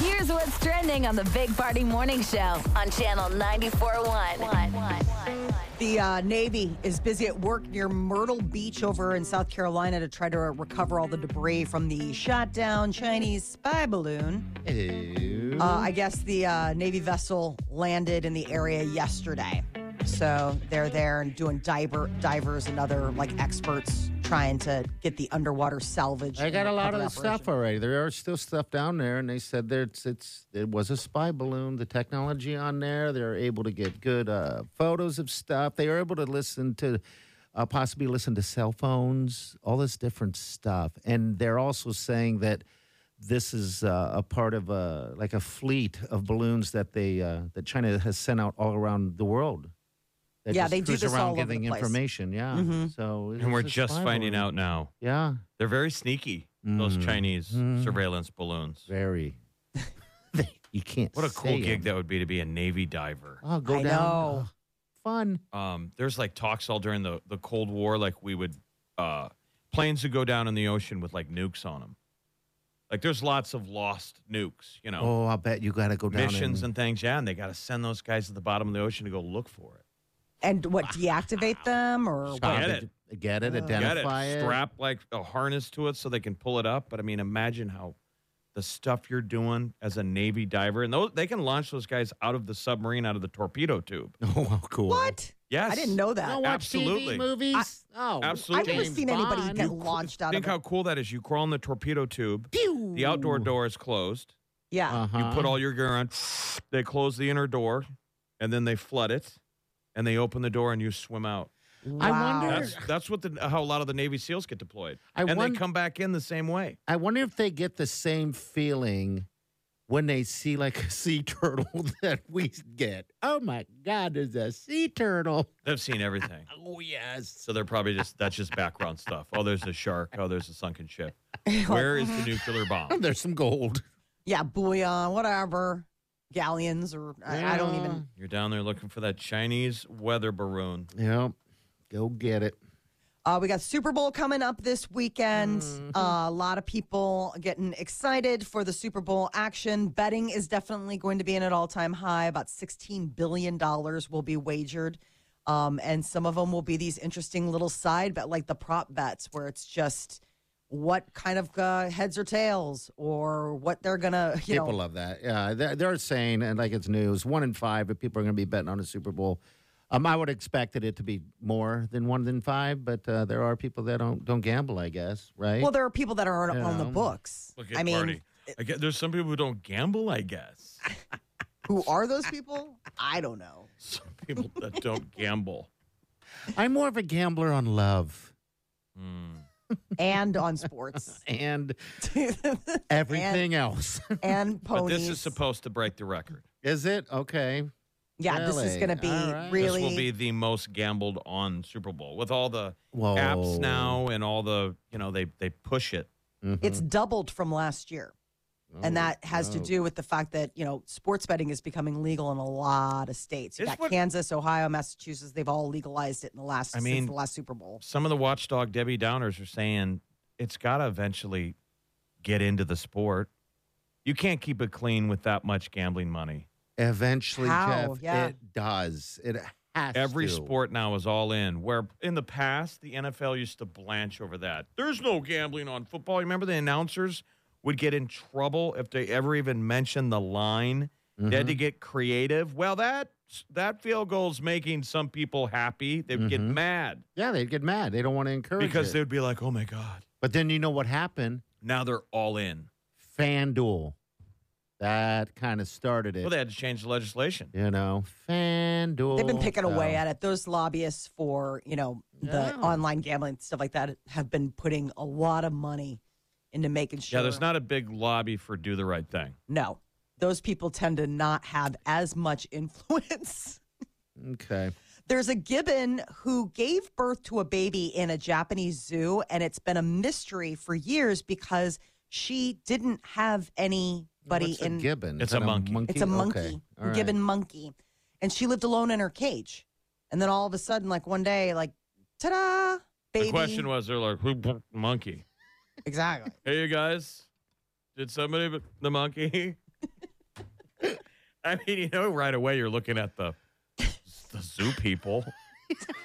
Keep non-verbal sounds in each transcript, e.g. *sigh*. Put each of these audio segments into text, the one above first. Here's what's trending on the Big Party Morning Show on Channel 94.1. The uh, Navy is busy at work near Myrtle Beach over in South Carolina to try to recover all the debris from the shot down Chinese spy balloon. Uh, I guess the uh, Navy vessel landed in the area yesterday. So they're there and doing diver, divers and other like experts trying to get the underwater salvage. I and got a lot recovery of the operation. stuff already. There are still stuff down there, and they said there it's, it's it was a spy balloon. The technology on there, they're able to get good uh, photos of stuff. They are able to listen to, uh, possibly listen to cell phones, all this different stuff. And they're also saying that this is uh, a part of a like a fleet of balloons that they uh, that China has sent out all around the world. That Yeah, just they do cruise this around all over the giving place. Mm-hmm. information. Yeah, so it's And we're a just spy finding balloon. out now. Yeah, They're very sneaky, those Mm. Chinese Mm. surveillance balloons. Very. *laughs* you can't. What a cool say gig it. that would be to be a Navy diver. Oh, go I down. know. Oh, Fun. Um, there's like talks all during the, the Cold War, like we would, uh, planes would go down in the ocean with like nukes on them. Like there's lots of lost nukes, you know, Oh, I bet you got to go down. missions and, and things. Yeah, and they got to send those guys to the bottom of the ocean to go look for it. And what, deactivate them or Stop Get Get Uh, it. Get Get it? Identify it. Strap like a harness to it so they can pull it up. But I mean, imagine how the stuff you're doing as a Navy diver, and those they can launch those guys out of the submarine, out of the torpedo tube. *laughs* Oh, how cool. what? Yes, I didn't know that. You don't watch Absolutely. TV movies. oh, I've absolutely. never James seen anybody Bond. get launched out Think of how it. cool that is. You crawl in the torpedo tube. Pew. The outdoor door is closed. Yeah. Uh-huh. You put all your gear on. They close the inner door, and then they flood it, and they open the door, and you swim out. I Wow. wonder. That's that's what the, how a lot of the Navy SEALs get deployed, I and won- they come back in the same way. I wonder if they get the same feeling when they see like a sea *laughs* turtle that we get. Oh my God, there's a sea turtle. They've seen everything. Oh yes. So they're probably just that's just background stuff. Oh, there's a shark. Oh, there's a *laughs* sunken ship. Where is uh-huh. the nuclear Oh, bomb? there's some gold. Yeah, bullion, whatever, galleons, or I, I don't even. You're down there looking for that Chinese weather balloon. Yep. Go get it. Uh, we got Super Bowl coming up this weekend. Uh, a lot of people getting excited for the Super Bowl action. Betting is definitely going to be in an all time high. About sixteen billion dollars will be wagered, um, and some of them will be these interesting little side bet, like the prop bets, where it's just what kind of uh, heads or tails, or what they're gonna, you people know, love that. Yeah, they're, they're saying, and like it's news, one in five of people are going to be betting on a Super Bowl. Um, I would expected it to be more than one than five, but uh, there are people that don't don't gamble. I guess, right? Well, there are people that are on, on the Yeah. books. Look at I mean, Barney. I guess there's some people who don't gamble. I guess *laughs* who are those people? I don't know. some people that don't gamble. I'm more of a gambler on love Mm. And on *laughs* sports *laughs* and everything else. *laughs* and But ponies. this is supposed to break the record. Is it okay? Yeah, this is Really? going to be All right. really. This will be the most gambled on Super Bowl with all the Whoa. apps now and all the you know they they push it. Mhm. it's doubled from last year, and Oh, that has to no. do with the fact that you know sports betting is becoming legal in a lot of states. You It's got what- Kansas, Ohio, Massachusetts. They've all legalized it in the last. I since mean- the last Super Bowl. some of the watchdog Debbie Downers are saying it's got to eventually get into the sport. You can't keep it clean with that much gambling money. Eventually, How? Jeff, Yeah. it does. It has Every to. sport now is all in. Where in the past, the NFL used to blanch over that. There's no gambling on football. You remember the announcers would get in trouble if they ever even mentioned the line. Mm-hmm. They had to get creative. Well, that that field goal's making some people happy. They'd get Mhm. mad Yeah, they'd get mad. They don't want to encourage because it. they'd be like, "Oh my god!" But then you know what happened? Now they're all in. FanDuel. That kind of started it. Well, they had to change the legislation. you know, FanDuel. They've been picking away So, at it. Those lobbyists for you know the Oh. Yeah. online gambling and stuff like that have been putting a lot of money into making sure. Yeah, there's not a big lobby for do the right thing. No, those people tend to not have as much *laughs* influence. Okay. There's a gibbon who gave birth to a baby in a Japanese zoo, and it's been a mystery for years because she didn't have anybody What's a in. gibbon? Is It's that a monkey. It's a Okay. monkey, All right. gibbon monkey, and she lived alone in her cage. And then all of a sudden, like one day, like ta-da, baby. The question was, they're like, who boop, monkey? exactly. Hey, you guys, did somebody b- the monkey? *laughs* I mean, you know, right away you're looking at the the zoo *laughs* people.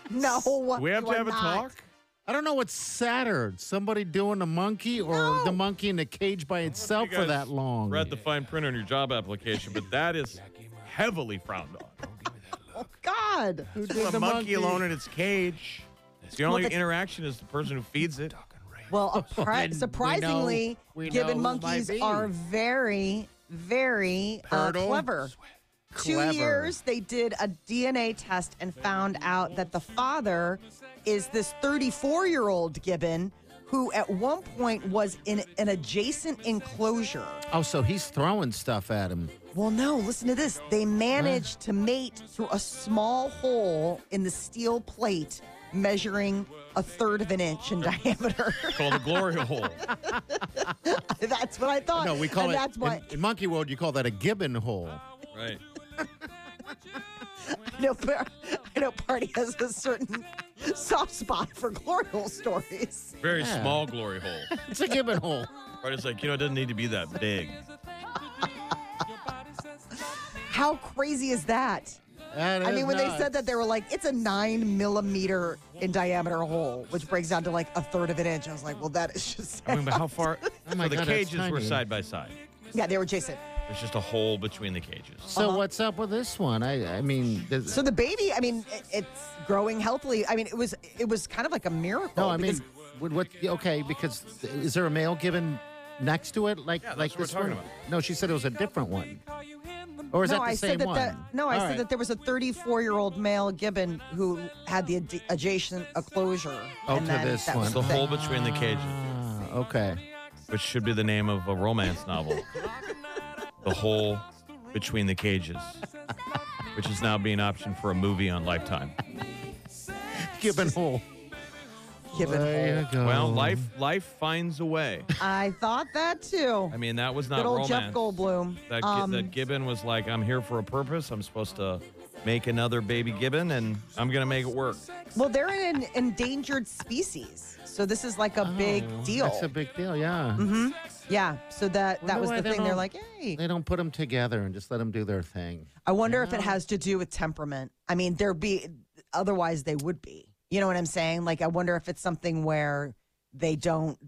No, we have you to are have not. a talk. I don't know what's sadder, somebody doing a monkey or the monkey in a cage by itself You for guys that long. Read the fine print on your job application, but that is heavily frowned on. God, Who Just did a the monkey alone in its cage. The only that's- interaction is the person who feeds it. *laughs* Well, appri- we know- surprisingly, we gibbon know who my monkeys bee. are very, very uh, Purtle. clever. Clever. Two years, they did a DNA test and found out that the father is this 34 year old gibbon who, at one point, was in an adjacent enclosure. Oh, so he's throwing stuff at him. Well, no, listen to this. They managed to mate through a small hole in the steel plate measuring a third of an inch in *laughs* diameter. Called a *laughs* glory hole. that's what I thought. No, we call and it. That's why. in, in monkey world, you call that a gibbon hole. Right. I know, Par- I know Party has a certain soft spot for glory hole stories. Very Yeah. small glory hole. It's a gibbon hole. Right? It's like, you know, it doesn't need to be that big. How crazy is that? That I is mean, when they nuts. said that, they were like, it's a nine millimeter in diameter hole, which breaks down to like a third of an inch. I was like, well, that is just. *laughs* I mean, but how far? Oh my *laughs* so the God, that's cages were tiny. side by side. yeah, they were Jason. There's just a hole between the cages. Uh-huh. So what's up with this one? I I mean, does, So the baby, I mean, it, it's growing healthily. I mean, it was it was kind of like a miracle. Oh, no, I mean, because what, what? Okay, because is there a male gibbon next to it? Like Yeah, that's like what we're this talking one? about. No, she said it was a different one. Or is no, that the I same said that one? that- no, I All said right. that there was a 34 year old male gibbon who had the ad- adjacent enclosure. Oh, and to then this that one. was It's the thing. hole between the cages, Ah, okay. which should be the name of a romance novel. the hole between the cages, which is now being optioned for a movie on Lifetime. Gibbon hole. gibbon There hole. you go. Well, life life finds a way. I thought that too. I mean, that was not Good old romance. Jeff Goldblum. That, gi- Um, that Gibbon was like, I'm here for a purpose. I'm supposed to make another baby Gibbon, and I'm gonna make it work. well, they're an endangered species, so this is like a Oh, big deal. Mm-hmm. That's a big deal. Yeah. yeah, so that that Wonder was why the they thing. They're don't- like, hey, They don't put them together and just let them do their thing. I wonder if it has to do with temperament. I mean, there be otherwise they would be. You know what I'm saying? Like I wonder if it's something where they don't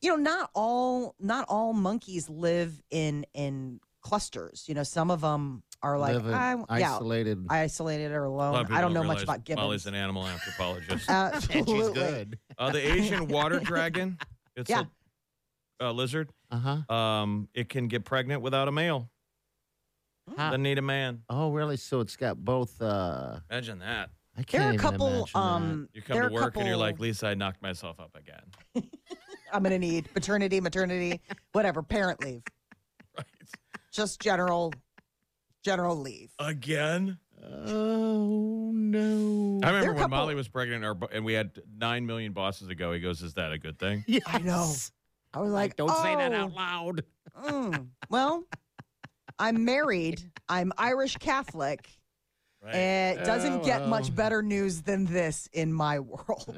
you know, not all not all monkeys live in in clusters. You know, some of them are like Live in I, yeah, isolated. isolated or A lot alone. of Um, I people don't know much realize about Molly's gibbons. *laughs* an animal anthropologist. and Absolutely. she's good. Uh, the Asian water *laughs* dragon. It's Yeah. a, a lizard. Uh huh. Um, it can get pregnant without a male. Huh. Doesn't need a man. Oh, really? So it's got both. uh Imagine that. I can't There are a even couple imagine um You come there to are a work and you're couple- like, Lisa, I knocked myself up again. *laughs* I'm gonna need paternity, maternity, whatever, parent leave. Right. Just general general leave. Again? that. um, Oh no. I *laughs* There remember are a when couple- Molly was pregnant, our, bo- and we had nine million bosses to go. He goes, "Is that a *laughs* good thing?" I know. I was like, Don't say that "Oh, out *laughs* loud. Mm, well, I'm married. I'm Irish Catholic. Right. It doesn't Oh, get much well. better news than this in my *laughs* world.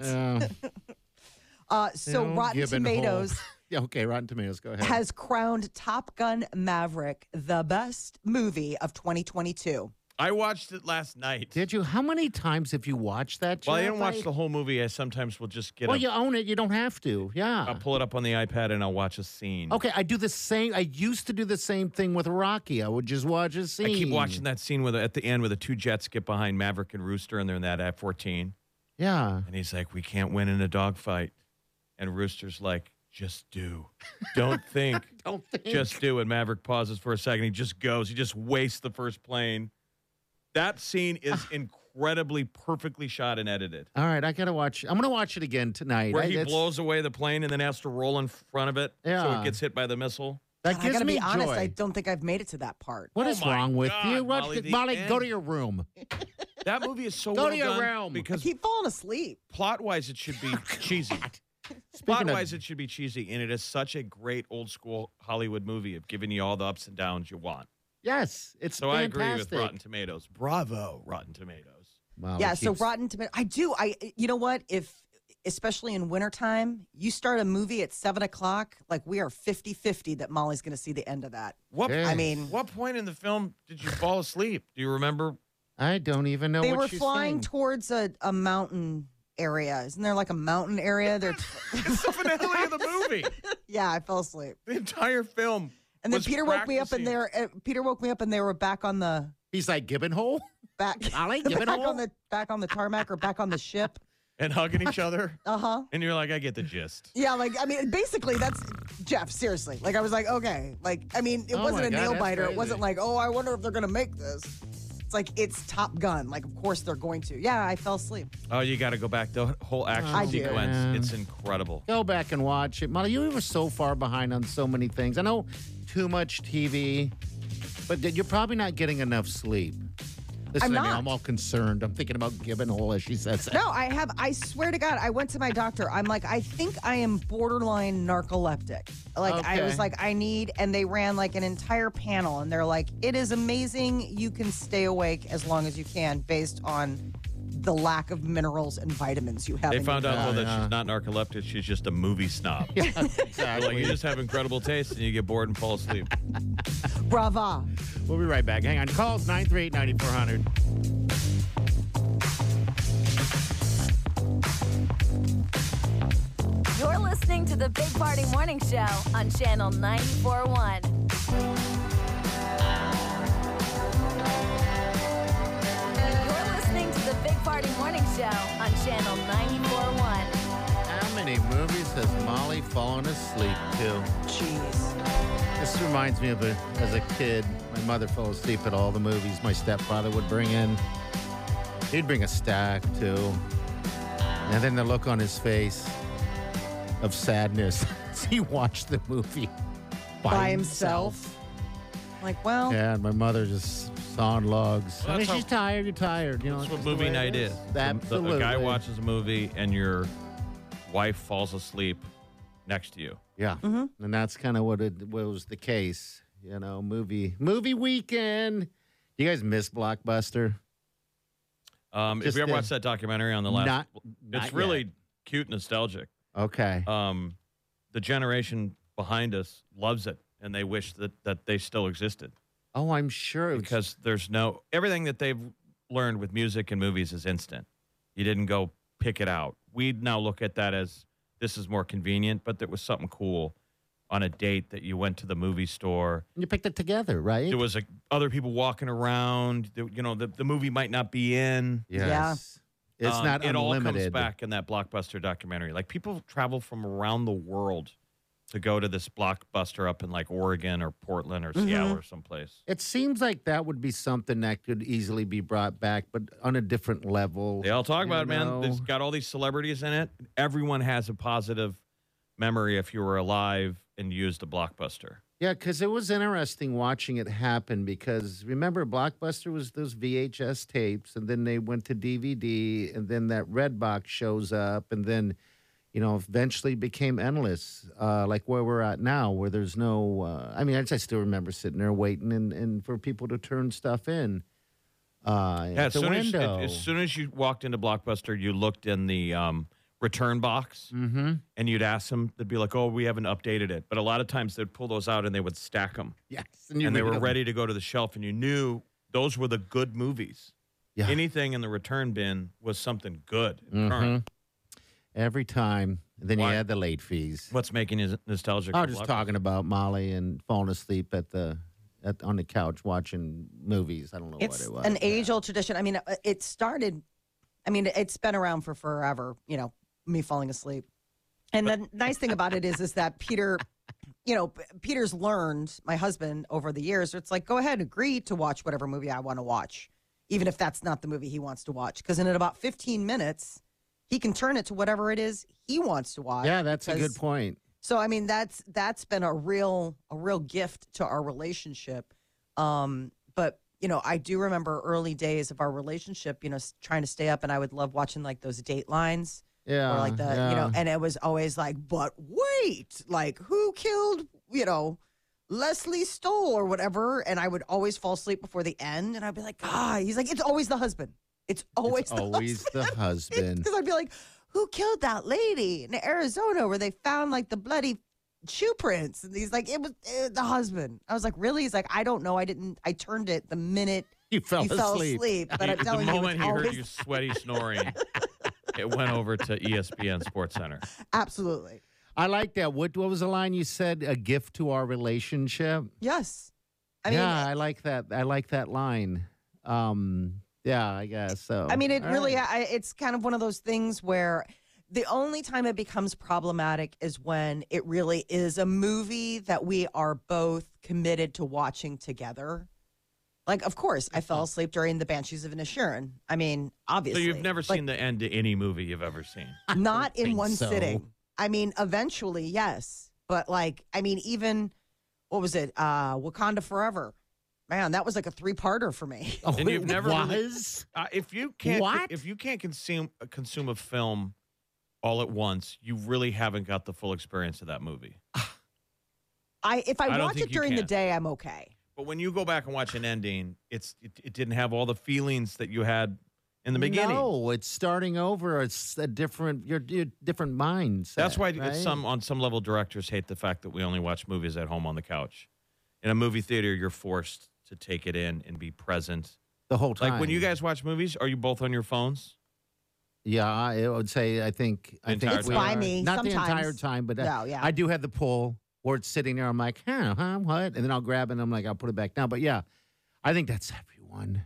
Uh, so, Yeah, Rotten gibbon hole. Tomatoes *laughs* Yeah, okay, Rotten Tomatoes. Go ahead. has crowned Top Gun Maverick the best movie of 2022. I watched it last night. Did you? How many times have you watched that? well, I Jeff? didn't watch the whole movie. I sometimes will just get. Well, a- you own it. You don't have to. I'll Yeah. pull it up on the iPad and I'll watch a scene. Okay, I do the same. I used to do the same thing with Rocky. I would just watch a scene. I keep watching that scene with at the end where the two jets get behind Maverick and Rooster, and they're in that F-14, Yeah. and he's like, "We can't win in a dogfight," and Rooster's like, "Just do, *laughs* don't think, Don't *laughs* think. just do." And Maverick pauses for a second. He just goes. He just wastes the first plane. That scene Ah. is incredibly perfectly shot and edited, All right, I gotta watch. I'm gonna watch it again tonight. where I- he that's- blows away the plane and then has to roll in front of it, so Yeah. it gets hit by the missile. That God, I gives gotta me be honest. joy. I don't think I've made it to that part. What Oh is my wrong with God, you? What- Molly, the go to end. your room. That movie is so Go to well your done I realm. because keep falling asleep. plot wise *laughs* it should Oh, be cheesy. Speaking plot of- wise it should be cheesy, and it is such a great old school Hollywood movie of giving you all the ups and downs you want. Yes, it's So fantastic. I agree with Rotten Tomatoes. Bravo, Rotten Tomatoes. Wow, yeah, it so keeps- Rotten Tomato. I do. I eh, you know what? If especially in wintertime, you start a movie at seven o'clock, like we are 50-50 that Molly's gonna see the end of that. What Yeah. I mean what point in the film did you fall asleep? Do *laughs* you remember? I don't even know they what were she's flying saying. towards a, a mountain area. Isn't there like a mountain area? *laughs* They're *laughs* It's the finale of the movie. yeah, I fell asleep. *laughs* The entire film. And then was Peter woke me up practicing. and there uh, Peter woke me up and they were back on the He's like Gibbon Hole. back Ollie, give it back a hole. on *laughs* the back on the tarmac or back on the ship. and hugging each other. *laughs* Uh-huh. And you're like, I get the gist. Yeah, like I mean, basically that's Jeff. Seriously, like I was like, okay, like I mean, it Oh wasn't my a God, nail that's biter. It crazy. wasn't like, oh, I wonder if they're gonna make this. It's like it's Top Gun. Like of course they're going to. Yeah, I fell asleep. Oh, you got to go back the whole action I do. sequence. Yeah. It's incredible. Go back and watch it, Molly. You were so far behind on so many things. I know too much TV, but th- you're probably not getting enough sleep. Listen, to me, not. I'm all concerned. I'm thinking about Gibbon Hole as she says *laughs* that. No, I have. I swear to God, I went to my doctor. I'm like, I think I am borderline narcoleptic. Like I was Okay. like, I need, and they ran like an entire panel, and they're like, it is amazing. You can stay awake as long as you can, based on the lack of minerals and vitamins you have. They in found your out though Yeah, that yeah. she's not narcoleptic; she's just a movie snob. They're like you exactly. just have incredible taste, and you get bored and fall asleep. Brava. We'll be right back. Hang on. Calls 938 9400. You're listening to the Big Party Morning Show on Channel 941. You're listening to the Big Party Morning Show on Channel 941. How many movies has Molly fallen asleep to? Jeez. This reminds me of a, as a kid, my mother fell asleep at all the movies my stepfather would bring in. He'd bring a stack too. And then the look on his face of sadness *laughs* as he watched the movie by, By himself. Like, well, Yeah, and my mother just sawing logs. Well, I mean, that's how- she's tired, you're tired. You know, That's it's just what the way movie it night is. Absolutely. The, a guy watches a movie, and your wife falls asleep next to you. Yeah, and that's kind of what it what was the case. You know, movie movie weekend. You guys miss Blockbuster? Um, if Just you the- ever watched that documentary on the last, Not- not it's really yet. cute, nostalgic. Okay. Um, the generation behind us loves it, and they wish that that they still existed oh, I'm sure it's- because there's no everything that they've learned with music and movies is instant. You didn't go pick it out. We now look at that as this is more convenient, but there was something cool on a date that you went to the movie store you picked it together, right? there was like other people walking around. The- You know, the, the movie might not be in. yes. It's Um, not It unlimited. all comes back in that blockbuster documentary. Like people travel from around the world to go to this blockbuster up in like Oregon or Portland or Mm-hmm. Seattle or someplace. It seems like that would be something that could easily be brought back, but on a different level. They all talk you about it, man. know? It's got all these celebrities in it. Everyone has a positive memory if you were alive and used a blockbuster. Yeah, because it was interesting watching it happen. Because remember, Blockbuster was those VHS tapes, and then they went to DVD, and then that red box shows up, and then, you know, eventually became endless, uh, like where we're at now, where there's no. Uh, I mean, I, I still remember sitting there waiting and, and for people to turn stuff in. Uh, Yeah, at as the soon as, window. as soon as you walked into Blockbuster, you looked in the um, return box, mm-hmm. and you'd ask them, they'd be like, "Oh, we haven't updated it." But a lot of times they'd pull those out and they would stack them, Yes, and they were ready to go to the shelf, and you knew those were the good movies. Yeah. Anything in the return bin was something good. Mhm. and current. every time. And then Why? you add the late fees. What's making you nostalgic? I for was just Blockbuster? talking about Molly and falling asleep at the at, on the couch watching movies. I don't know it's what it was. an age old tradition. I mean, uh, it started, I mean, it's been around for forever, you know, me falling asleep. And *laughs* the nice thing about it is, is that Peter, you know, P- Peter's learned, my husband, over the years, it's like, go ahead, agree to watch whatever movie I want to watch, even if that's not the movie he wants to watch. Because in about 15 minutes, he can turn it to whatever it is he wants to watch. Yeah, that's a good because point. So I mean that's that's been a real a real gift to our relationship. Um, but you know, I do remember early days of our relationship, you know, s- trying to stay up and I would love watching like those date lines Yeah. or like the yeah. you know, and it was always like, but wait, like who killed, you know, Leslie Stoll or whatever, and I would always fall asleep before the end and I'd be like, ah, he's like, it's always the husband. It's always it's the always the *laughs* husband. because I'd be like, who killed that lady in Arizona where they found like the bloody shoe prints? And he's like, it was uh, the husband. I was like, really? He's like, I don't know. I didn't. I turned it the minute You fell you asleep. fell asleep. But I'm *laughs* the telling you, moment it's he heard always- you sweaty *laughs* snoring, it went over to E ESPN Sports Center. absolutely I like that. What what was the line you said? A gift to our relationship. yes. I mean, yeah, I like that. I like that line. Um, yeah, I guess so. I mean, it All really, right. I, it's kind of one of those things where the only time it becomes problematic is when it really is a movie that we are both committed to watching together. Like, of course, I fell asleep during the Banshees of Inisherin. I mean, So obviously, you've never Like, seen the end to any movie you've ever seen. not in think one so. sitting. I mean, eventually, yes, but like, I mean, even what was it? Uh, Wakanda Forever. Man, that was like a three-parter for me. Oh, And you've it never really- was? Uh, if you can't, What? if you can't consume uh, consume a film all at once, you really haven't got the full experience of that movie. I if I, I don't watch think it you during the can. day, I'm okay. But when you go back and watch an ending, it's it, it didn't have all the feelings that you had in the beginning. No, it's starting over. It's a different. Your your different minds. That's why right? it's some on some level directors hate the fact that we only watch movies at home on the couch. In a movie theater, you're forced to take it in and be present. the whole time. Like when you guys watch movies, are you both on your phones? Yeah, I I would say I think I think we Entire time. It's by are- me, Not the entire sometimes. time, but uh, No, yeah. I do have the pull where it's sitting there. I'm like, huh, huh, what? And then I'll grab it. and I'm like, I'll put it back down. But yeah, I think that's everyone.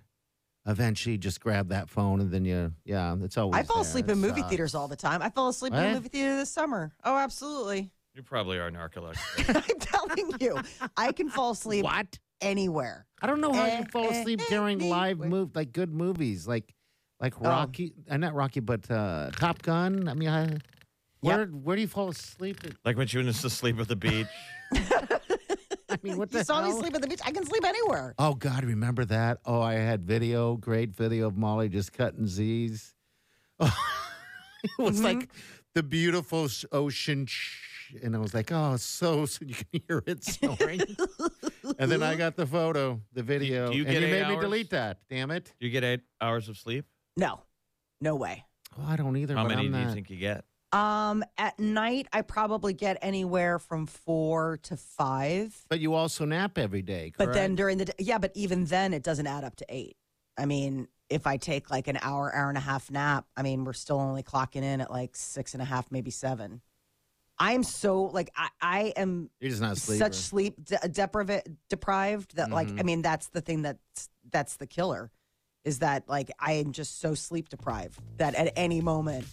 Eventually, just grab that phone and then you, yeah, it's always. I fall asleep there. in It movie sucks. theaters all the time. I fell asleep in What? a movie theater this summer. Oh, absolutely. *laughs* You probably *laughs* are narcoleptic. I'm telling you, I can fall asleep What? anywhere. I don't know how you Eh, fall eh, asleep eh, Oh. during eh, live wait. move like good movies like like Rocky, uh, not Rocky, but uh, Top Gun. I mean, I, where where do you fall asleep? At? like when she was asleep at the beach. I mean, what *laughs* the You saw hell? me sleep at the beach. I can sleep anywhere. Oh God, remember that? Oh, I had video, great video of Molly just cutting Z's. *laughs* Oh, it was Mm-hmm. like the beautiful s- ocean, shh, and I was like, oh, so, so you can hear it *laughs* snoring. and then I got the photo, the video, do you and get you eight made me hours? delete that. Damn it! Do you get eight hours of sleep? No, no way. Oh, I don't either. How but many I'm do you not- think you get? *laughs* Um, at night, I probably get anywhere from four to five. But you also nap every day, But then correct? during the day, yeah, but even then, it doesn't add up to eight. I mean, if I take like an hour, hour and a half nap, I mean, we're still only clocking in at like six and a half, maybe seven. I am so like I, I am you're just not a sleeper. such sleep de- depriv- deprived that like I mean that's the thing that's that's the killer is that like I am just so sleep deprived that at any moment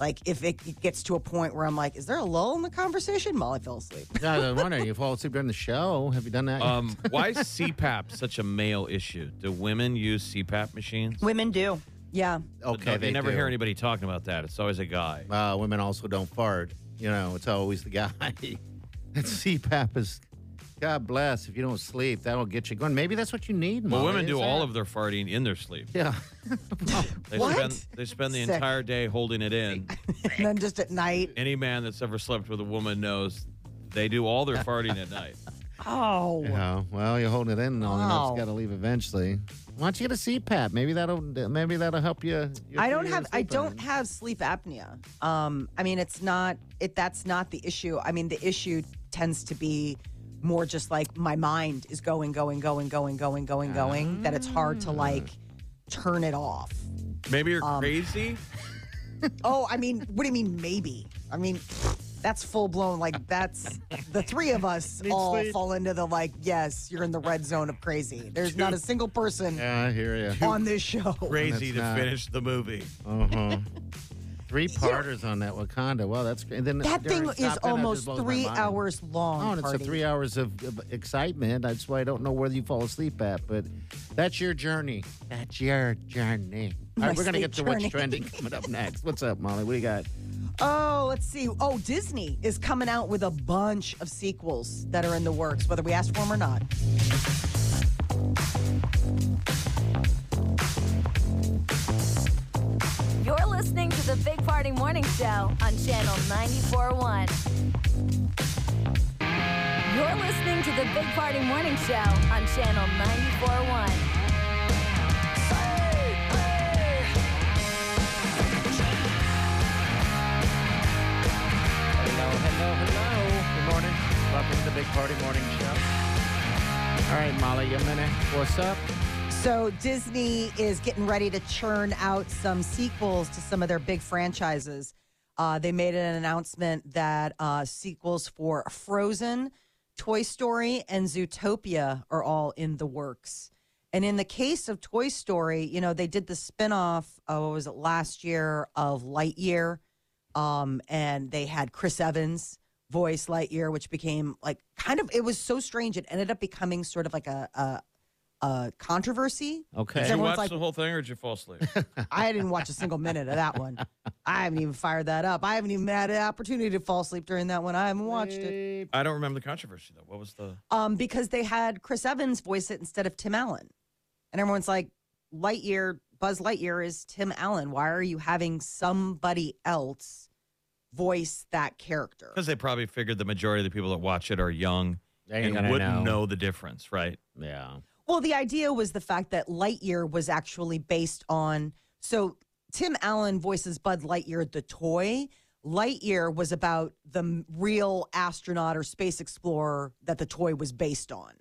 like if it gets to a point where I'm like is there a lull in the conversation Molly fell asleep Yeah, I was wondering, you fall asleep during the show. Have you done that? Um, why is CPAP such a male issue? Do women use CPAP machines? women do yeah okay, you they never do. hear anybody talking about that. It's always a guy. uh, women also don't fart. You know, it's always the guy. *laughs* that CPAP is, God bless. If you don't sleep, that'll get you going. Maybe that's what you need. Well, Molly, women is do all that- of their farting in their sleep. *laughs* Yeah, They What? spend they spend the Sick. entire day holding it in. and then just at night Any man that's ever slept with a woman knows they do all their farting at night. oh yeah. Well, you're holding it in, and all Wow. you got to leave eventually. Why don't you get a CPAP? Maybe that'll maybe that'll help you. you- I don't you have I sleep don't better. have sleep apnea. Um, I mean, it's not it. That's not the issue. I mean, the issue tends to be more just like my mind is going, going, going, going, going, going, going. That it's hard Ah. to like turn it off. *laughs* Maybe you're Um, crazy. Oh, I mean, what do you mean? Maybe. I mean, that's full blown. Like that's the three of *laughs* us all sleep. fall into the like. Yes, you're in the red zone of crazy. There's not a single person Yeah, I hear you. on this show. Crazy to not- finish the movie. Uh huh. *laughs* Three parters on that Wakanda. Wow, that's great. And then That during thing Top Gun, is that just almost blows my three mind. hours long. Oh, and it's a Hardy. three hours of, of excitement. That's why I don't know where you fall asleep at, but that's your journey. That's your journey. All My right, we're gonna sleep get to journey. what's trending coming up next. What's up, Molly? What do you got? Oh, let's see. Oh, Disney is coming out with a bunch of sequels that are in the works, whether we asked for them or not. You're listening to the Big Party Morning Show on Channel 941. You're listening to the Big Party Morning Show on Channel 941. Hello, hello, hello. Good morning. Welcome to the Big Party Morning Show. All right, Molly, you minute. What's up? So, Disney is getting ready to churn out some sequels to some of their big franchises. Uh, they made an announcement that uh, sequels for Frozen, Toy Story, and Zootopia are all in the works. And in the case of Toy Story, you know, they did the spinoff, uh, what was it, last year of Lightyear. Um, and they had Chris Evans voice Lightyear, which became like kind of, it was so strange. It ended up becoming sort of like a, a uh, controversy. Okay. Did you Everyone's watch like- the whole thing or did you *laughs* fall asleep? I didn't watch a single minute of that one. I haven't even fired that up. I haven't even had an opportunity to fall asleep during that one. I haven't watched it I don't remember the controversy though. What was the? um, because they had Chris Evans voice it instead of Tim Allen, and everyone's like, Lightyear, Buzz Lightyear is Tim Allen. Why are you having somebody else voice that character? Because they probably figured the majority of the people that watch it are young They ain't and gonna wouldn't know. know. the difference, right? Yeah. Well, the idea was the fact that Lightyear was actually based on. So Tim Allen voices Bud Lightyear, the toy. Lightyear was about the m- real astronaut or space explorer that the toy was based on.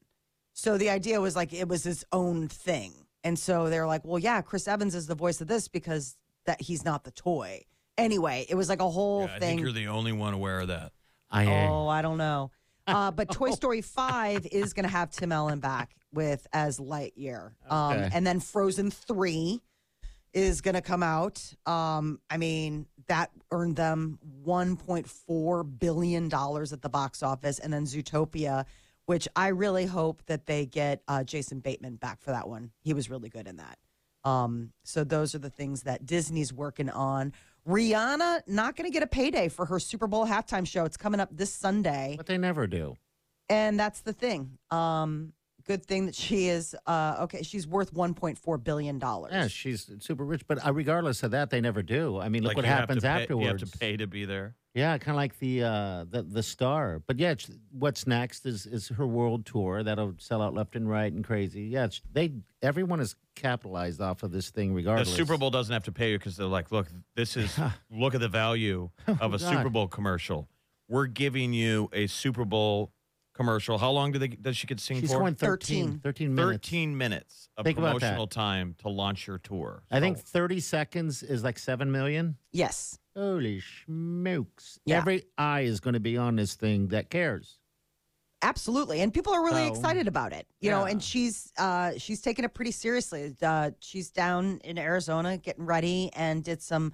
So the idea was like it was his own thing. And so they're like, well, yeah, Chris Evans is the voice of this because that he's not the toy. Anyway, it was like a whole Yeah, I thing. think you're the only one aware of that. I Oh. Oh, I don't *laughs* know. Uh, but Toy Story 5 is going to have Tim Allen back with as Lightyear. Um, Okay. And then Frozen 3 is going to come out. Um, I mean, that earned them $1.4 billion at the box office. And then Zootopia, which I really hope that they get uh, Jason Bateman back for that one. He was really good in that. Um, so those are the things that Disney's working on. Rihanna not going to get a payday for her Super Bowl halftime show. It's coming up this Sunday, but they never do. and that's the thing. Um, good thing that she is uh, okay. She's worth one point four billion dollars. Yeah, she's super rich, but uh, regardless of that, they never do. I mean, look Like, what you have to happens pay- afterwards. You have to pay to be there. Yeah, kind of like the uh, the the star. But yeah, it's- what's next is is her world tour that'll sell out left and right and crazy. Yeah, it's- they everyone is capitalized off of this thing The regardless. Super Bowl doesn't have to pay you because they're like, look, this *laughs* is look at the value of a Oh, God. Super Bowl commercial. We're giving you a Super Bowl commercial. How long do they does she get sing She's for? going 13. 13, 13 minutes. 13 minutes of Think about that. promotional time to launch your tour. I think So- 30 seconds is like 7 million. Yes. Holy smokes. Yeah. Every eye is going to be on this thing that cares. Absolutely, and people are really So- excited about it, you know. Yeah. And she's uh, she's taking it pretty seriously. Uh, she's down in Arizona getting ready, and did some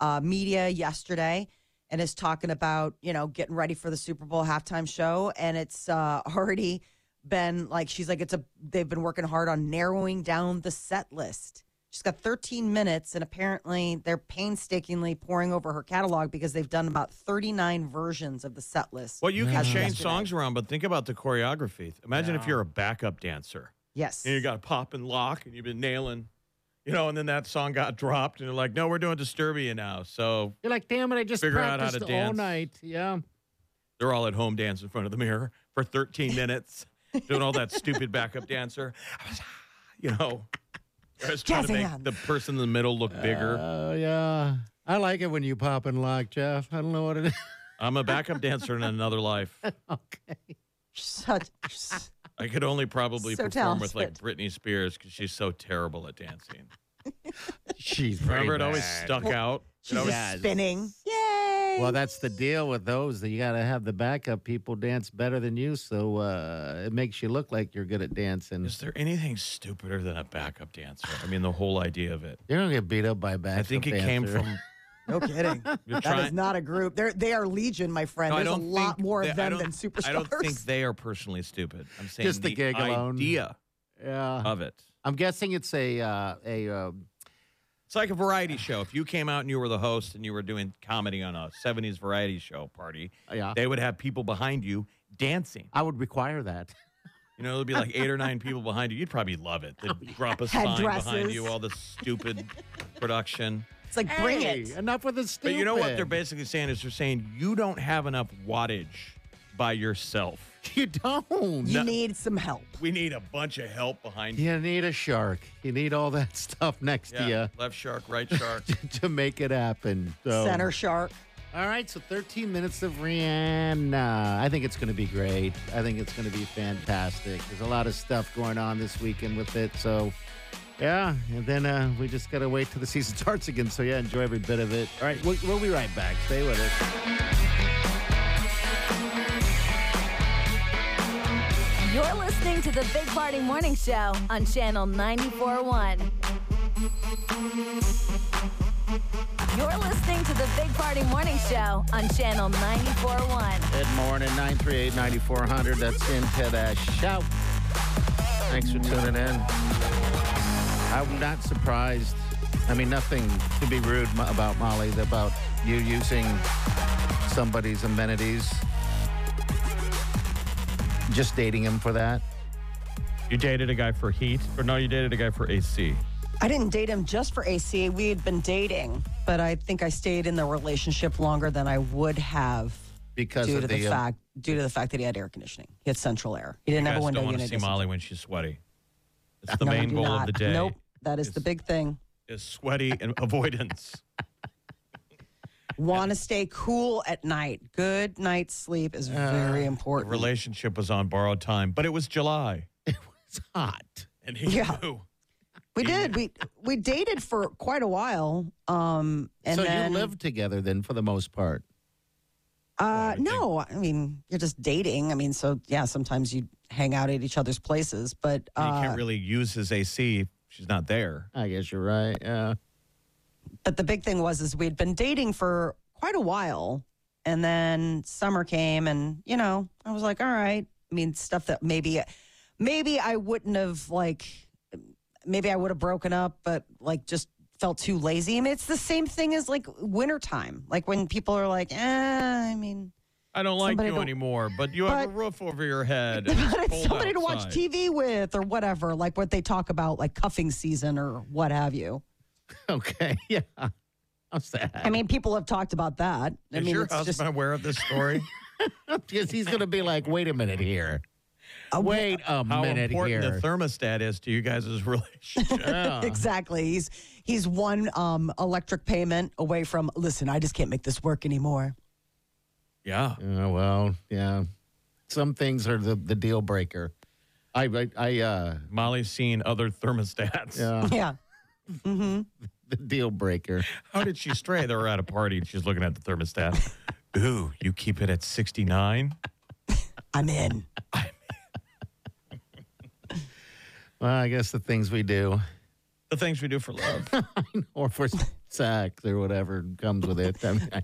uh, media yesterday, and is talking about you know getting ready for the Super Bowl halftime show. And it's uh, *laughs* already been like she's like it's a they've been working hard on narrowing down the set list. She's got 13 minutes, and apparently they're painstakingly pouring over her catalog because they've done about 39 versions of the set list. Well, you can Mm-hmm. as of change yesterday. songs around, but think about the choreography. Imagine if Yeah. you're a backup dancer Yes. and you got pop and lock and you've been nailing, you know, and then that song got dropped and they're like, no, we're doing Disturbia now. So You're like, damn it, I just Figure out how to practiced all dance. night. Yeah. they're all at home dancing in front of the mirror for 13 minutes, doing all that stupid backup dancer. *sighs* You know, I was trying to Jazzy make hands. the person in the middle look bigger. Oh, yeah. I like it when you pop and lock, Jeff. I don't know what it is. *laughs* I'm a backup dancer in another life. okay. Such, *laughs* I could only *laughs* probably So perform with like Britney Spears because she's so terrible at dancing. She's Remember, very it always bad. stuck out. she's just Yeah. spinning. Yay! Well, that's the deal with those. That you got to have the backup people dance better than you, so uh, it makes you look like you're good at dancing. Is there anything stupider than a backup dancer? I mean, the whole idea of it. You're gonna get beat up by a backup. I think it came *laughs* dancer. from. no kidding. *laughs* That You're is trying, not a group. They're they are legion, my friend. No, I There's a don't lot think more they- of I them don't- than superstars. I don't think they are personally stupid. I'm saying Just the gig alone. idea Uh-huh. yeah. of it. I'm guessing it's a uh, a uh, It's like a variety show. If you came out and you were the host and you were doing comedy on a 70s variety show party, Yeah. they would have people behind you dancing. I would require that. You know, there'd be like eight or nine people behind you. You'd probably love it. They'd *laughs* drop a sign behind Headdresses. you, all this *laughs* stupid production. It's like bring Hey, it. Enough with the stupid. But you know what they're basically saying is they're saying you don't have enough wattage by yourself. You don't. You No. need some help. We need a bunch of help behind you. You need a shark. You need all that *laughs* stuff next to Left shark, right shark. you *laughs* to make it happen. So. Center shark. All right, so 13 minutes of Rihanna. I think it's going to be great. I think it's going to be fantastic. There's a lot of stuff going on this weekend with it. So, yeah, and then uh, we just got to wait till the season *laughs* starts again. So, yeah, enjoy every bit of it. All right, we'll, we'll be right back. Stay with us. You're listening to the Big Party Morning Show on Channel 941. You're listening to the Big Party Morning Show on Channel 941. Good morning, 938 9400. That's into that shout. Thanks for tuning in. I'm not surprised. I mean, nothing to be rude mo- about Molly, about you using somebody's amenities. Just dating him for that. *laughs* you dated a guy for heat, or no, you dated a guy for AC. I didn't date him just for AC. We had been dating, but I think I stayed in the relationship longer than I would have Because due of to the, the, uh, fact due to the fact that he had air conditioning. He had central air. He didn't um, You have a guys window don't want unit. to see doesn't- Molly when she's sweaty. That's the Ah, No, I main do goal not. of the day. Nope. That is the It's- big thing. Is sweaty and *laughs* avoidance. Want to stay cool at night. Good night's sleep Uh, is very The important. relationship was on borrowed time, but it was July, It's hot. and he Yeah. knew. we did. We we dated for quite a while. Um, and so then, you lived together then for the most part. Uh, no, I mean you're just dating. I mean, so yeah, sometimes you hang out at each other's places, but And he uh, can't really use his AC. if She's not there. I guess you're right. Yeah. *laughs* but the big thing was is we'd been dating for quite a while, and then summer came, and you know I was like, all right. I mean, stuff that maybe, maybe I wouldn't have like, maybe I would have broken up, but like just felt too lazy. I mean, it's the same thing as like wintertime, like when people are like, eh, I mean. I don't like Somebody you don't- anymore, but you have a But- roof over your *laughs* head. and it's but it's cold somebody to watch outside. TV with or whatever, like what they talk about, like cuffing season or what have you. Okay. Yeah. How's that? I mean, people have talked about that. I Is mean, your it's husband just aware of this *laughs* story? Because he's going to be like, wait a minute here. Wait a How minute here. important the thermostat is to you *laughs* guys' *laughs* relationship. Yeah. exactly. He's he's one um, electric payment away from. Listen, I just can't make this work anymore. yeah. Yeah, well, yeah. Some things are the, the deal breaker. I, I, I uh, Molly's seen other thermostats. yeah, *laughs* Yeah. Mm-hmm. the deal breaker. How did she stray? They were at a party and she's looking at the thermostat. Ooh, you keep it at 69? I'm in. Well, I guess the things we do *laughs* The things we do for love. or for sex or whatever comes with it. I mean, I-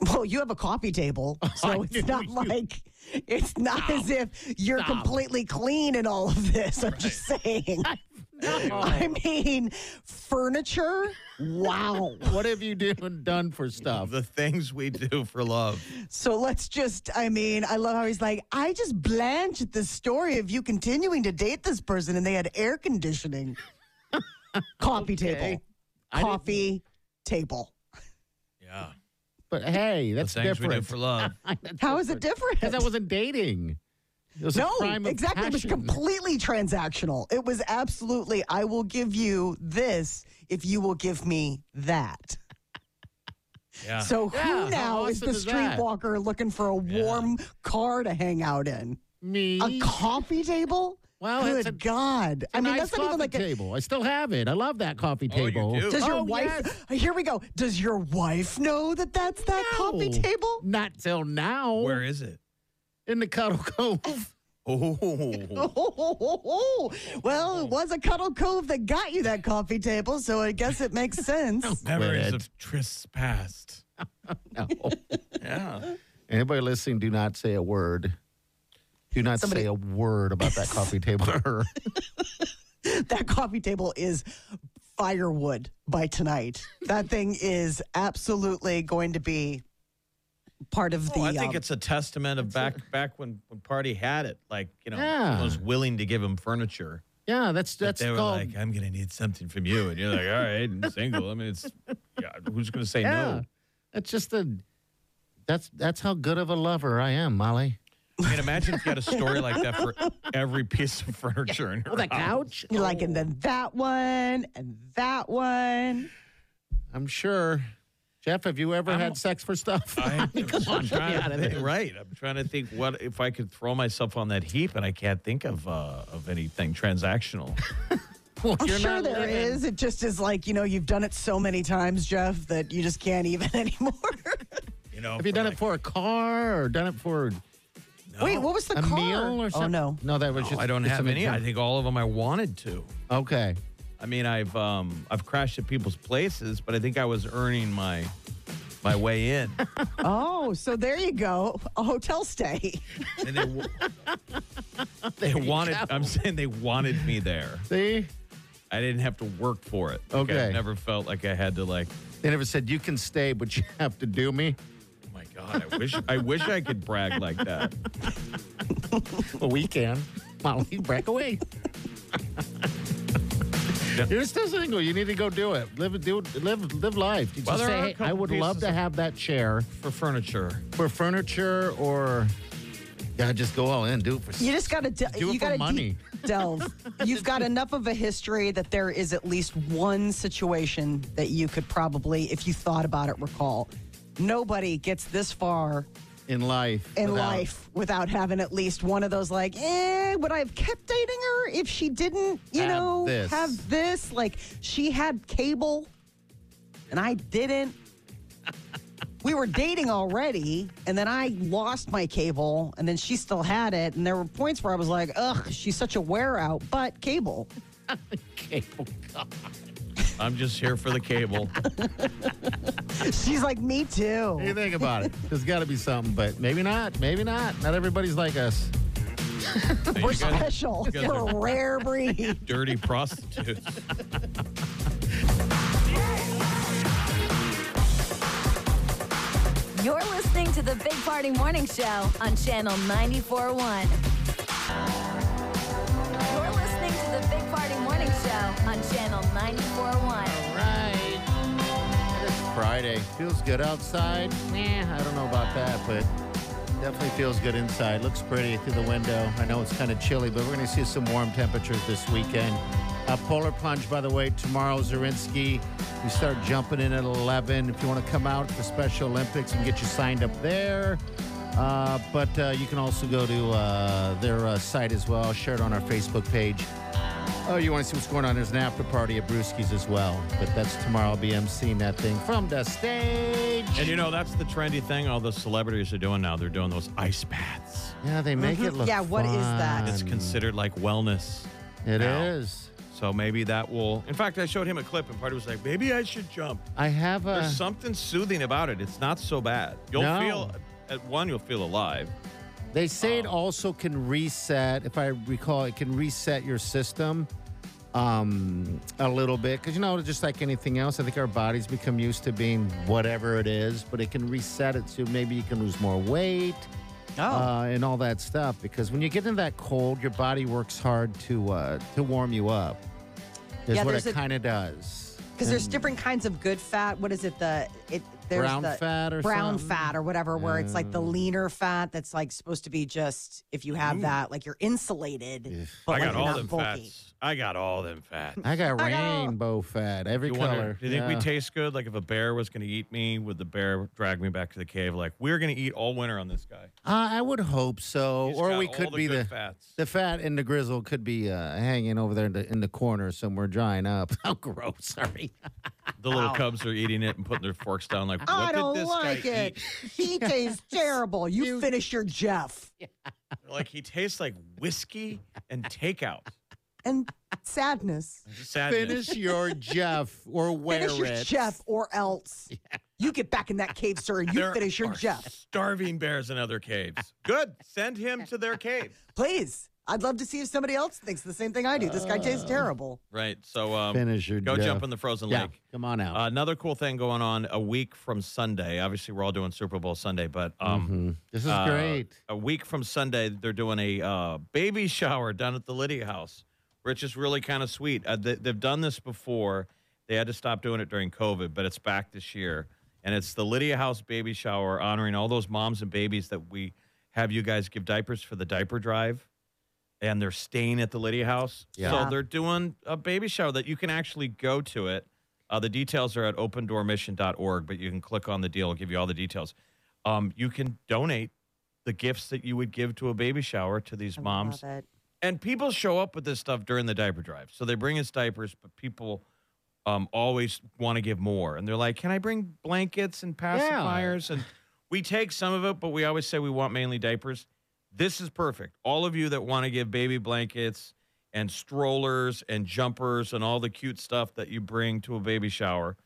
Well, you have a coffee table, so it's not like it's not as if you're completely clean in all of this. I'm just saying. I mean, furniture. Wow. what have you do, done for stuff? *laughs* the things we do for love. So let's just, I mean, I love how he's like, I just blanched at the story of you continuing to date this person and they had air *laughs* conditioning. Coffee table. I didn't- Coffee table. Yeah. But hey, that's the things we do different. for *laughs* love. How is it different? Because I wasn't dating. It was a no, crime of exactly. It was passion. completely transactional. It was absolutely, I will give you this if you will give me that. Yeah. So who Ah. Yeah, how now is awesome the is that? streetwalker looking for a warm car to hang out in? me. A coffee table? Well, good it's a- God! I mean, nice that's not even coffee like a. table. I still have it. I love that coffee Oh, you table. do? Does your Oh, wife? Uh, Here we go. Does your wife know that that's that coffee No. table? *laughs* Not till now. Where is it? in the cuddle cove? Oh. Well, it was a cuddle cove that got you that coffee table, so I guess it makes *laughs* sense. *laughs* Memories Quit. of trysts *laughs* past. No. *laughs* Yeah. *laughs* Anybody listening, do not say a word. Do not say *laughs* a word about that coffee table to her. that coffee table is firewood by tonight. that thing is absolutely going to be part of the. Oh, I think um, it's a testament of back back when, when Party had it. Like, you know, Yeah. was willing to give him furniture. *laughs* Yeah, that's But that's they were called. like, I'm going to need something from you. And you're like, all right, I'm *laughs* single. I mean, it's, yeah, who's going to say yeah, no? that's just a. That's that's how good of a lover I am, Molly. I mean, imagine if you had a story like that for every *laughs* piece of furniture in your house. couch. you're like, oh. and then that one, and that one. I'm sure. Jeff, have you ever had sex for stuff? *laughs* I, am trying out to of think, right. I'm trying to think what if I could throw myself on that heap, and I can't think of uh, of anything transactional. Well, I'm *laughs* you're sure not there is. living. It just is like, you know, you've done it so many times, Jeff, that you just can't even *laughs* anymore. You know, Have you done it for a car or done it for Wait, what was the a car? meal or something? Oh, no. no, that was No, just. I don't just have an any. I example. think all of them I wanted to. Okay. I mean, I've um I've crashed at people's places, but I think I was earning my my way in. Oh, so there you go. A hotel stay. And they wa- they wanted. I'm saying they wanted me there. See, I didn't have to work for it. Okay. I never felt like I had to like. they never said you can stay, but you *laughs* have to do me. Oh my god! I wish I wish I could brag like that. Well, we can. *laughs* Molly, break *laughs* away. You're still single. You need to go do it. Live, do, live, live life. You Well, just there say, are a "Hey, I couple would love pieces to of- have that chair For furniture, for furniture, or yeah, just go all in, do it for." You just got to de- Do it you for got to money. delve. You've got enough of a history that there is at least one situation that you could probably, if you thought about it, recall. Nobody gets this far in life. in without- life without having at least one of those like eh would i have kept dating her if she didn't you Have know this. have this like she had cable and i didn't we were dating already and then i lost my cable and then she still had it and there were points where i was like ugh she's such a wear out but cable *laughs* Cable car. I'm just here for the cable. she's like me too What do you think about it? There's got to be something, but maybe not. Maybe not. Not everybody's like us. we're You guys- special guys we're a rare breed dirty prostitutes. You're listening to the Big Party Morning Show on Channel 941. You're listening to the Big Party Morning Show on Channel 941. Right. It's Friday. Feels good outside. Nah, I don't know about that, but definitely feels good inside. Looks pretty through the window. I know it's kind of chilly, but we're going to see some warm temperatures this weekend. Uh, Polar Plunge, by the way, tomorrow, Zerinsky. We start jumping in at 11. If you want to come out for Special Olympics, you can get you signed up there. Uh, but uh, you can also go to uh, their uh, site as well. I'll share it on our Facebook page. Oh, you want to see what's going on? There's an after party at Brewski's as well. But that's tomorrow. I'll be emceeing that thing from the stage. And you know, that's the trendy thing all the celebrities are doing now. They're doing those ice baths. yeah, they make it look Yeah, what is that? Mm-hmm. It's fun. considered like wellness. It now. is. So maybe that will. In fact, I showed him a clip and part was like, maybe I should jump. I have a. There's something soothing about it. It's not so bad. You'll Uh. No. feel, at one, you'll feel alive. They say it Oh. also can reset, if I recall, it can reset your system um, a little bit. Because, you know, just like anything else, I think our bodies become used to being whatever it is, but it can reset it so maybe you can lose more weight Oh. uh, and all that stuff. Because when you get into that cold, your body works hard to, uh, to warm you up, is Yeah, what there's it a- kind of does. Because there's different kinds of good fat. What is it? The it there's Brown the fat or brown something? fat or whatever, where it's like the leaner fat that's like supposed to be just if you have that, like you're insulated, but I like got you're all not them bulky. fats. I got all them fats. I got I got all- rainbow fat, every You color. wonder, do you think Yeah. we taste good? Like if a bear was going to eat me, would the bear drag me back to the cave? Like we're going to eat all winter on this guy. Uh, I would hope so. He's or got we all could the be good the fats. the fat and the grizzle could be uh, hanging over there in the, in the corner somewhere drying up. *laughs* How gross! Sorry. The little cubs are eating it and putting their forks *laughs* down. Like I what don't did this like guy it. *laughs* eat? He *laughs* tastes terrible. You, finish your Jeff. Like he tastes like whiskey and takeout. And *laughs* sadness. Sadness. Finish your Jeff *laughs* or wear Finish your it. Jeff or else. You get back in that cave, sir, and you There finish your are Jeff. Starving bears in other caves. Good. Send him to their cave. Please. I'd love to see if somebody else thinks the same thing I do. This guy Uh. tastes terrible. Right. So um, Finish your go death. jump in the frozen Yeah, lake. come on out. Uh, another cool thing going on a week from Sunday. Obviously, we're all doing Super Bowl Sunday, but um, Mhm. This is uh, great. A week from Sunday, they're doing a uh, baby shower down at the Lydia House, which is really kind of sweet. Uh, they, they've done this before. They had to stop doing it during COVID, but it's back this year, and it's the Lydia House baby shower honoring all those moms and babies that we have you guys give diapers for the diaper drive, and they're staying at the Lydia House. Yeah. So they're doing a baby shower that you can actually go to it. Uh, the details are at opendoormission.org, but you can click on the deal. It'll give you all the details. Um, you can donate the gifts that you would give to a baby shower to these moms. Love it. And people show up with this stuff during the diaper drive. So they bring us diapers, but people um, always want to give more. And they're like, can I bring blankets and pacifiers? And we take some of it, but we always say we want mainly diapers. This is perfect. All of you that want to give baby blankets and strollers and jumpers and all the cute stuff that you bring to a baby shower,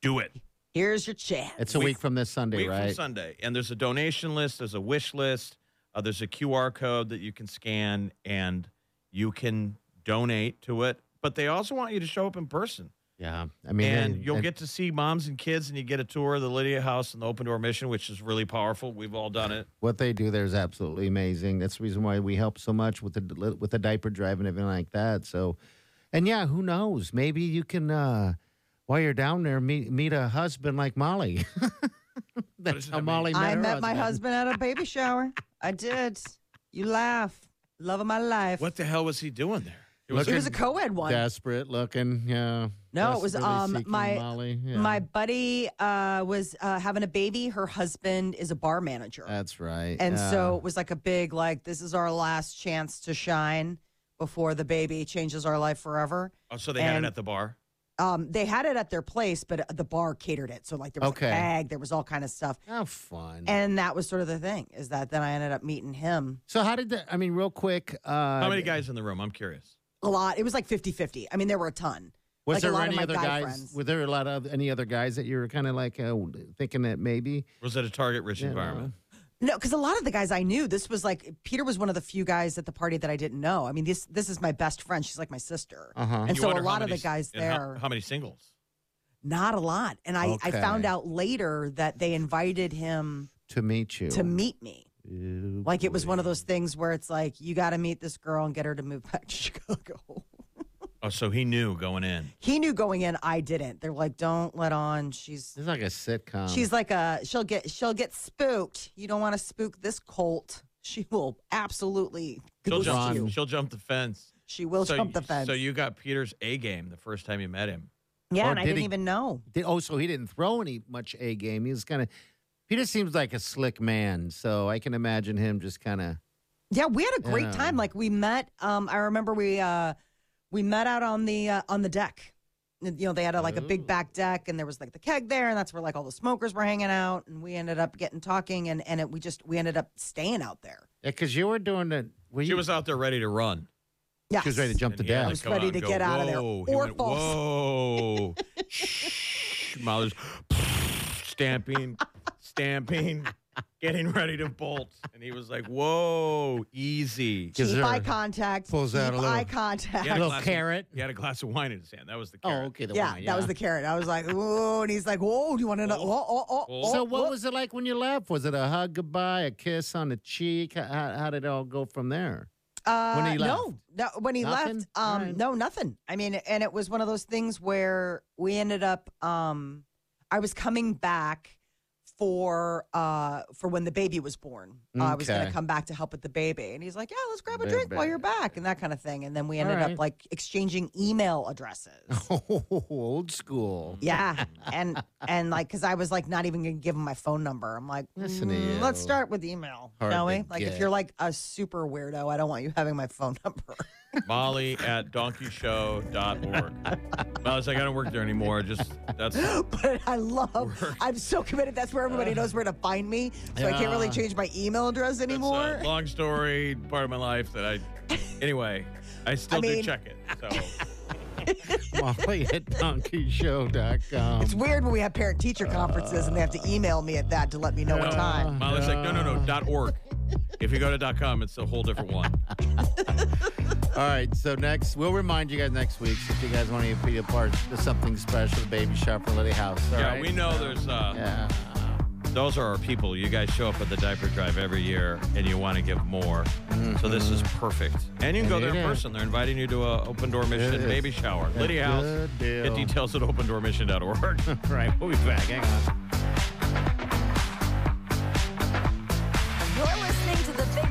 do it. Here's your chance. It's a week- week from this Sunday, Week right? from Sunday. And there's a donation list, there's a wish list, uh, there's a QR code that you can scan and you can donate to it. But they also want you to show up in person. Yeah, I mean, and they- you'll they- get to see moms and kids and you get a tour of the Lydia House and the Open Door Mission, which is really powerful. We've all done it. what they do there is absolutely amazing. That's the reason why we help so much with the with the diaper drive and everything like that. So, and yeah, who knows? Maybe you can uh, while you're down there meet meet a husband like Molly. *laughs* That's does how that mean? Molly met I her met my husband at a baby shower. I did. You laugh. Love of my life. What the hell was he doing there? It It was a Looking- co ed one. Desperate looking, yeah. No, it was, Desperately um, seeking my- Molly. yeah. My buddy uh, was uh, having a baby. Her husband is a bar manager. That's right. and yeah. so it was like a big, like, this is our last chance to shine before the baby changes our life forever. oh, so they had and- it at the bar. Um, they had it at their place, but the bar catered it. So, like, there was Okay. a bag, there was all kind of stuff. how fun. And that was sort of the thing is that then I ended up meeting him so how did that? I mean, real quick. Uh, How many guys in the room? I'm curious. a lot. It was like 50 50. I mean, there were a ton. Was like a there lot of any my other guy guys? friends. Were there a lot of any other guys that you were kind of like uh, thinking that maybe? Was it a target rich Yeah. environment? No, because a lot of the guys I knew, this was like Peter was one of the few guys at the party that I didn't know. I mean, this this is my best friend. She's like my sister, Uh-huh. and You so a wonder how lot of many the s- guys and how- there, how many singles? not a lot. And I, I Okay. found out later that they invited him To meet you. to meet me. Ew, Like it was one of boy. those things where it's like you got to meet this girl and get her to move back to *laughs* Chicago. Oh, so he knew going in. he knew going in, I didn't. They're like, don't let on. She's It's like a sitcom. she's like a she'll get she'll get spooked. You don't want to spook this colt. She will absolutely She'll goose jump, you. she'll jump the fence. She will so, jump the fence. So you got Peter's A game the first time you met him. yeah, Or and I did didn't he- even know. Did- oh, so he didn't throw any much a game. He was kind of. Peter seems like a slick man, so I can imagine him just kind of. Yeah, we had a great Yeah. time. Like we met. Um, I remember we uh, we met out on the uh, on the deck. You know, they had a, like a Ooh. big back deck, and there was like the keg there, and that's where like all the smokers were hanging out. And we ended up getting talking, and and it, we just we ended up staying out there. Because you were doing the. Were She you, was out there ready to run. Yeah, She was ready to jump And to he had death. was come ready and to go, get out of there. "Whoa." He Or went, false. *laughs* Whoa. Shh. Mother's stamping, stamping, getting ready to bolt. And he was like, whoa, easy. Is Keep there- eye contact. Pulls out a keep little- eye contact. *laughs* He had Little glass of- carrot. he had a glass of wine in his hand. That was the Oh, carrot. okay. The Yeah, wine, that was the carrot. I was like, whoa, and he's like, whoa, do you want to know? Oh, oh, oh, oh, So what whoop. was it like when you left? Was it a hug, goodbye, a kiss on the cheek? How, how, how did it all go from there? *laughs* Uh, When he No, no, when he Nothing? left, um, Alright. no, nothing. I mean, and it was one of those things where we ended up. Um, I was coming back for uh for when the baby was born. Uh, I was going Okay. to come back to help with the baby, and he's like, "Yeah, let's grab a drink while you're Baby. back," and that kind of thing. And then we ended Alright. up like exchanging email *laughs* addresses. Oh, old school. yeah, and and like because I was like not even going to give him my phone number. I'm like, Listen to "Mm, let's you. start with email, Hard shall to we? Like get. if you're like a super weirdo, I don't want you having my phone *laughs* number. Molly at donkeyshow.org. Molly's like, I don't work there anymore. Just, that's, but I love. I'm so committed. That's where everybody knows where to find me. So I can't really Yeah. change my email address anymore. It's a long story, part of my life that I. Anyway, I still I do mean- check it. So Molly at donkeyshow.com. It's weird when we have parent teacher conferences and they have to email me at that to let me know what time. *laughs* Molly's like, no, no, no. Dot org. If you go to .com, it's a whole different one. All right, so next, we'll remind you guys next week if you guys want to be a part of something special, the baby shower for Lily House. all yeah, right? we know there's uh, Yeah. those are our people. You guys show up at the diaper drive every year, and you want to give more. So this is perfect. And you can go Mm-hmm. It there in is. person. They're inviting you to a open door It mission is. baby shower. A Lydia House. good Get deal. details at opendoormission.org. All right, we'll be back. Hang on. You're listening to the Big